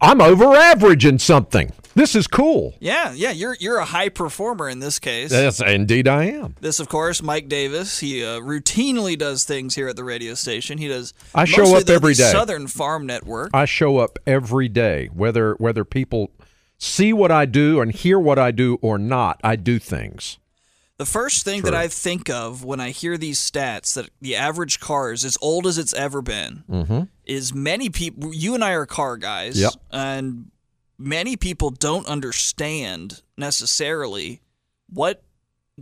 I'm over average in something. This is cool. Yeah, yeah, you're you're a high performer in this case. Yes, indeed I am. This, of course, Mike Davis. He uh, routinely does things here at the radio station. He does. I show mostly up the- every the day. Southern Farm Network. I show up every day, whether whether people see what I do and hear what I do or not. I do things. The first thing that I think of when I hear these stats that the average car is as old as it's ever been is many people. You and I are car guys, Mm-hmm. Yep. and many people don't understand necessarily what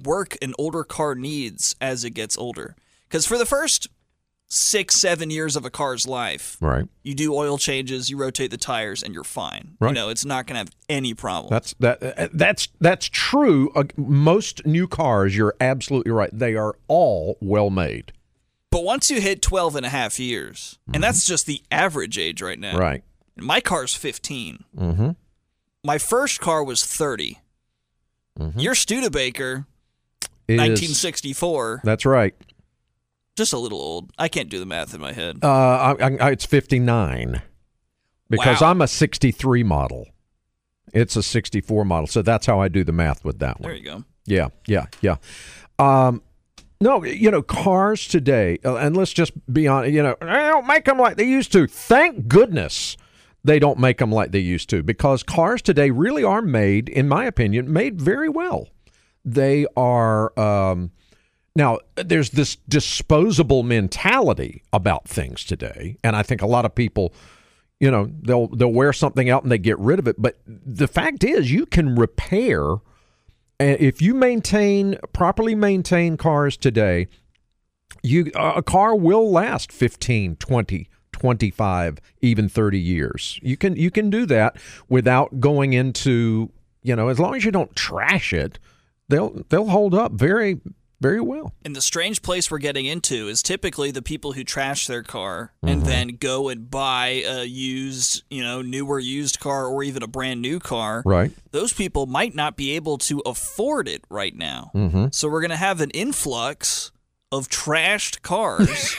work an older car needs as it gets older. Because for the first six, seven years of a car's life, Right. you do oil changes, you rotate the tires, and you're fine. Right. You know, it's not going to have any problem. That's that. uh, That's that's true. Uh, most new cars, you're absolutely right. They are all well made. But once you hit 12 and a half years, and that's just the average age right now. Right. And my car's 15. Mm-hmm. My first car was 30. Your Studebaker, 1964, That's right. just a little old. I can't do the math in my head. Uh, I, I, I- it's 59 because Wow. I'm a 63 model. It's a 64 model. So that's how I do the math with that There one. you go. Yeah, yeah, yeah. Um, no, you know, cars today, uh, and let's just be honest, you know, they don't make them like they used to. Thank goodness they don't make them like they used to because cars today really are made, in my opinion, made very well. They are. Um, now, there's this disposable mentality about things today, and I think a lot of people, you know, they'll they'll wear something out and they get rid of it. But the fact is, you can repair and if you maintain properly maintain cars today you a car will last 15 20 25 even 30 years you can you can do that without going into you know as long as you don't trash it they'll they'll hold up very very well And the strange place we're getting into is typically the people who trash their car and then go and buy a used, you know, newer used car or even a brand new car. right those people might not be able to afford it right now. Mm-hmm. So we're going to have an influx of trashed cars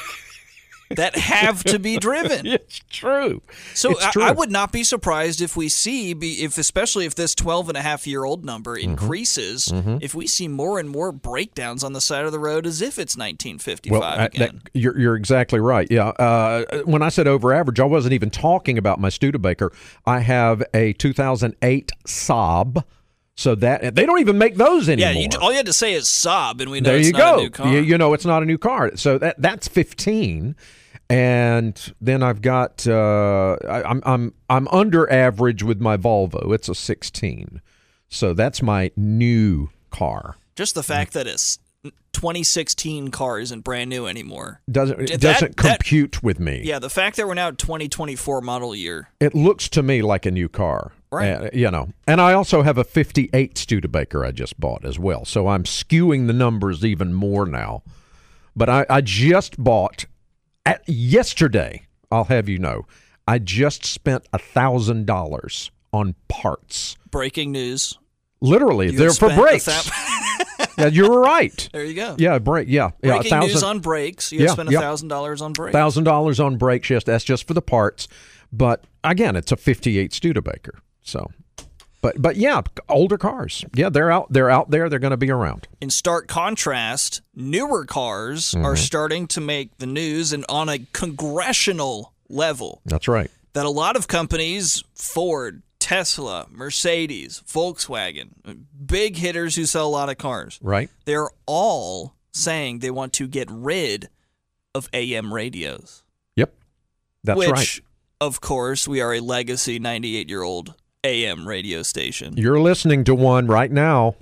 that have to be driven. it's true So It's I, true. I would not be surprised if we see, be- if especially if this 12 and a half year old number Mm-hmm. increases, if we see more and more breakdowns on the side of the road as if it's 1955 I- again. uh, that- you're, you're exactly right. Yeah. Uh, when I said over average, I wasn't even talking about my Studebaker. I have a 2008 Saab. So that they don't even make those yeah, anymore. you, all you had to say is sob, and we know there it's you not go. a new car. You, you know, it's not a new car. So that that's 15. And then I've got uh, I, I'm I'm I'm under average with my Volvo. It's a 16. So that's my new car. Just the fact that it's 2016 car isn't brand new anymore. Doesn't That- it doesn't that- compute with me. Yeah, the fact that we're now at 2024 model year. it looks to me like a new car. Right. Uh, you know, and I also have a 58 Studebaker I just bought as well. So I'm skewing the numbers even more now. But I, I just bought at yesterday, I'll have you know, I just spent a $1,000 on parts. Breaking news. Literally, You they're have for spent a brakes. yeah, you're right. There you go. Yeah, brake. Yeah, yeah, Breaking news on brakes. You Yeah, have spent yeah. thousand dollars on brakes. thousand dollars on brakes. Yes, that's just for the parts. But again, it's a '58 Studebaker. So, but but yeah, older cars. Yeah, they're out. They're out there. They're going to be around. In stark contrast, newer cars Mm-hmm. are starting to make the news and on a congressional level. That's right. That a lot of companies, Ford, Tesla, Mercedes, Volkswagen, big hitters who sell a lot of cars, Right. they're all saying they want to get rid of AM radios. Yep. That's which, right. of course, we are a legacy 98 year old AM radio station. You're listening to one right now.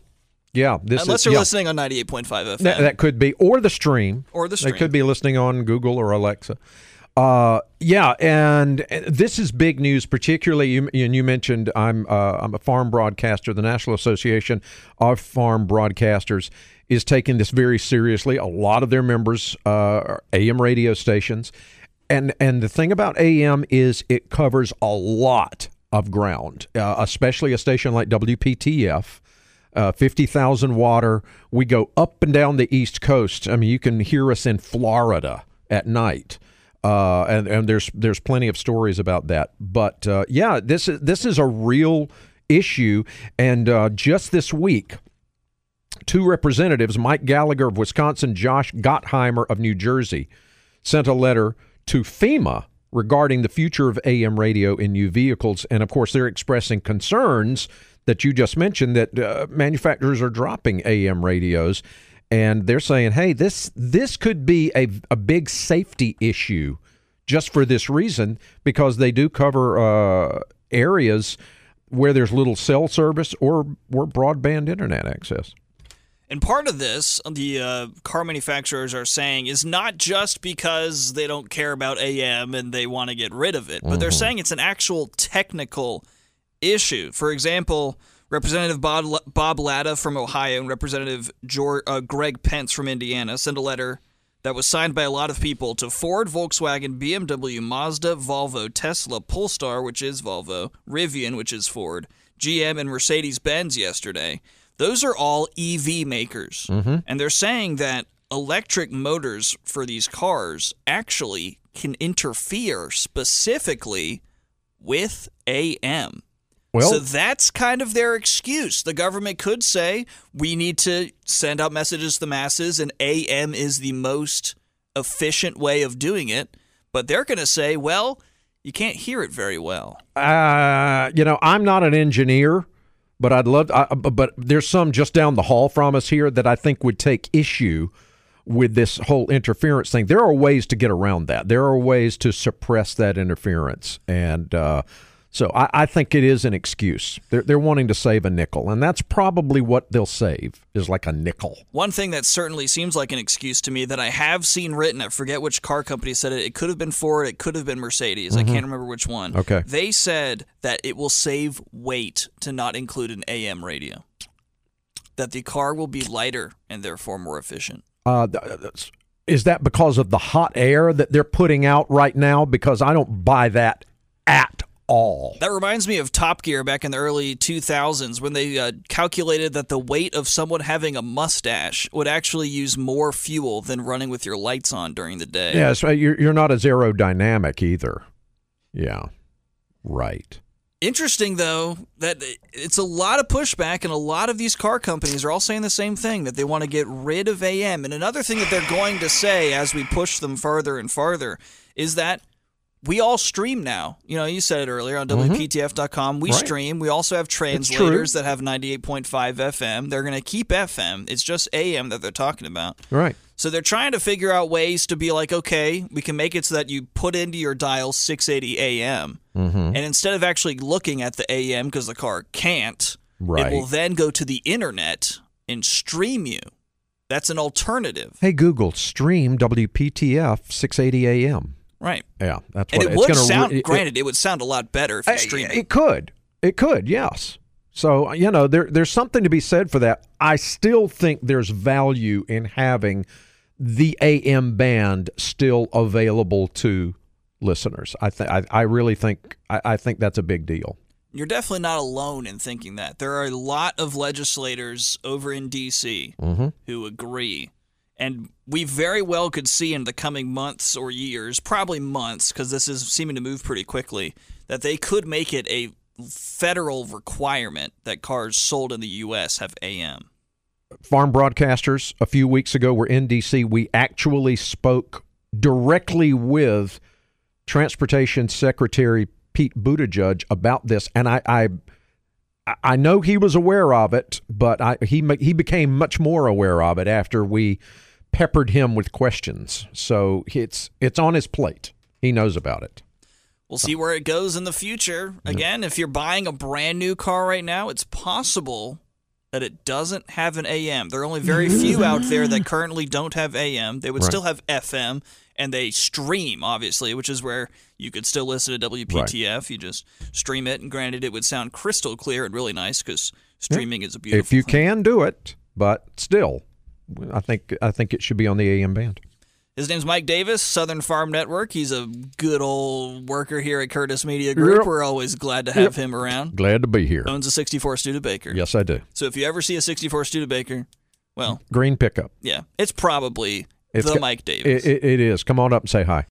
Yeah. This Unless is, you're yeah. listening on 98.5 FM. That, that could be or the stream. or the They stream. could be listening on Google or Alexa. Uh, yeah, and uh, this is big news. Particularly, you, and you mentioned I'm uh, I'm a farm broadcaster. The National Association of Farm Broadcasters is taking this very seriously. A lot of their members uh, are AM radio stations, and and the thing about AM is it covers a lot of ground, uh, especially a station like WPTF uh, 50,000 water. We go up and down the East Coast. I mean, you can hear us in Florida at night. Uh, and and there's there's plenty of stories about that. But uh, yeah, this is this is a real issue. And uh, just this week, two representatives, Mike Gallagher of Wisconsin, Josh Gottheimer of New Jersey, sent a letter to FEMA regarding the future of AM radio in new vehicles. And of course, they're expressing concerns that you just mentioned that uh, manufacturers are dropping AM radios. And they're saying, hey, this this could be a, a big safety issue just for this reason, because they do cover uh, areas where there's little cell service or, or broadband internet access. And part of this, the uh, car manufacturers are saying, is not just because they don't care about AM and they want to get rid of it, but they're Mm-hmm. saying it's an actual technical issue. For example, Representative Bob, Bob Latta from Ohio and Representative George, uh, Greg Pence from Indiana sent a letter that was signed by a lot of people to Ford, Volkswagen, BMW, Mazda, Volvo, Tesla, Polestar, which is Volvo, Rivian, which is Ford, GM, and Mercedes Benz yesterday. Those are all EV makers. And they're saying that electric motors for these cars actually can interfere specifically with AM. Well, so that's kind of their excuse. The government could say we need to send out messages to the masses, and AM is the most efficient way of doing it. But they're going to say, well, you can't hear it very well. Uh, you know, I'm not an engineer, but I'd love. I, but there's some just down the hall from us here that I think would take issue with this whole interference thing. There are ways to get around that. There are ways to suppress that interference, and uh, so I, I think it is an excuse. They're they're wanting to save a nickel, and that's probably what they'll save is like a nickel. One thing that certainly seems like an excuse to me that I have seen written, I forget which car company said it. It could have been Ford, it could have been Mercedes. I can't remember which one. Mm-hmm. Okay. They said that it will save weight to not include an AM radio, that the car will be lighter and therefore more efficient. Uh, th- that's- is that because of the hot air that they're putting out right now? Because I don't buy that at all. That reminds me of Top Gear back in the early 2000s when they uh, calculated that the weight of someone having a mustache would actually use more fuel than running with your lights on during the day. Yeah, so you're you're not as aerodynamic either. Yeah, right. Interesting though that it's a lot of pushback and a lot of these car companies are all saying the same thing that they want to get rid of AM. And another thing that they're going to say as we push them farther and farther is that we all stream now. You know, you said it earlier on WPTF.com. We Mm-hmm. Right. stream. We also have true. translators that have 98.5 FM. They're going to keep FM. It's just AM that they're talking about. Right. So they're trying to figure out ways to be like, okay, we can make it so that you put into your dial 680 AM. Mm-hmm. And instead of actually looking at the AM because the car can't, Right. it will then go to the internet and stream you. That's an alternative. Hey Google, stream WPTF 680 AM. Right. Yeah, that's And what it it's would gonna re- sound, it- granted, it would sound a lot better if you it- streamed it. It could. It could. Yes. So you know, there there's something to be said for that. I still think there's value in having the AM band still available to listeners. I think I I really think I, I think that's a big deal. You're definitely not alone in thinking that. There are a lot of legislators over in D.C. who agree. And we very well could see in the coming months or years, probably months, because this is seeming to move pretty quickly, that they could make it a federal requirement that cars sold in the U.S. have AM. farm broadcasters a few weeks ago were in DC. We actually spoke directly with Transportation Secretary Pete Buttigieg about this, and I, I, I know he was aware of it, but I, he ma- he became much more aware of it after we peppered him with questions. So it's it's on his plate. He knows about it. We'll see where it goes in the future. Again, if you're buying a brand new car right now, it's possible that it doesn't have an AM. There are only very few out there that currently don't have AM. They would Mm-hmm. Right. still have FM and they stream, obviously, which is where you could still listen to WPTF. You just stream it. And granted, it would sound crystal clear and really nice because streaming is a beautiful If you thing. can do it, but still, I think I think it should be on the AM band. His name's Mike Davis, Southern Farm Network. He's a good old worker here at Curtis Media Group. Yep. We're always glad to have him around. Glad to be here. Owns a 64 Studebaker. Yes, I do. So if you ever see a 64 Studebaker, well, Green pickup. yeah, it's probably It's the got- Mike Davis. It, it, it is. Come on up and say hi.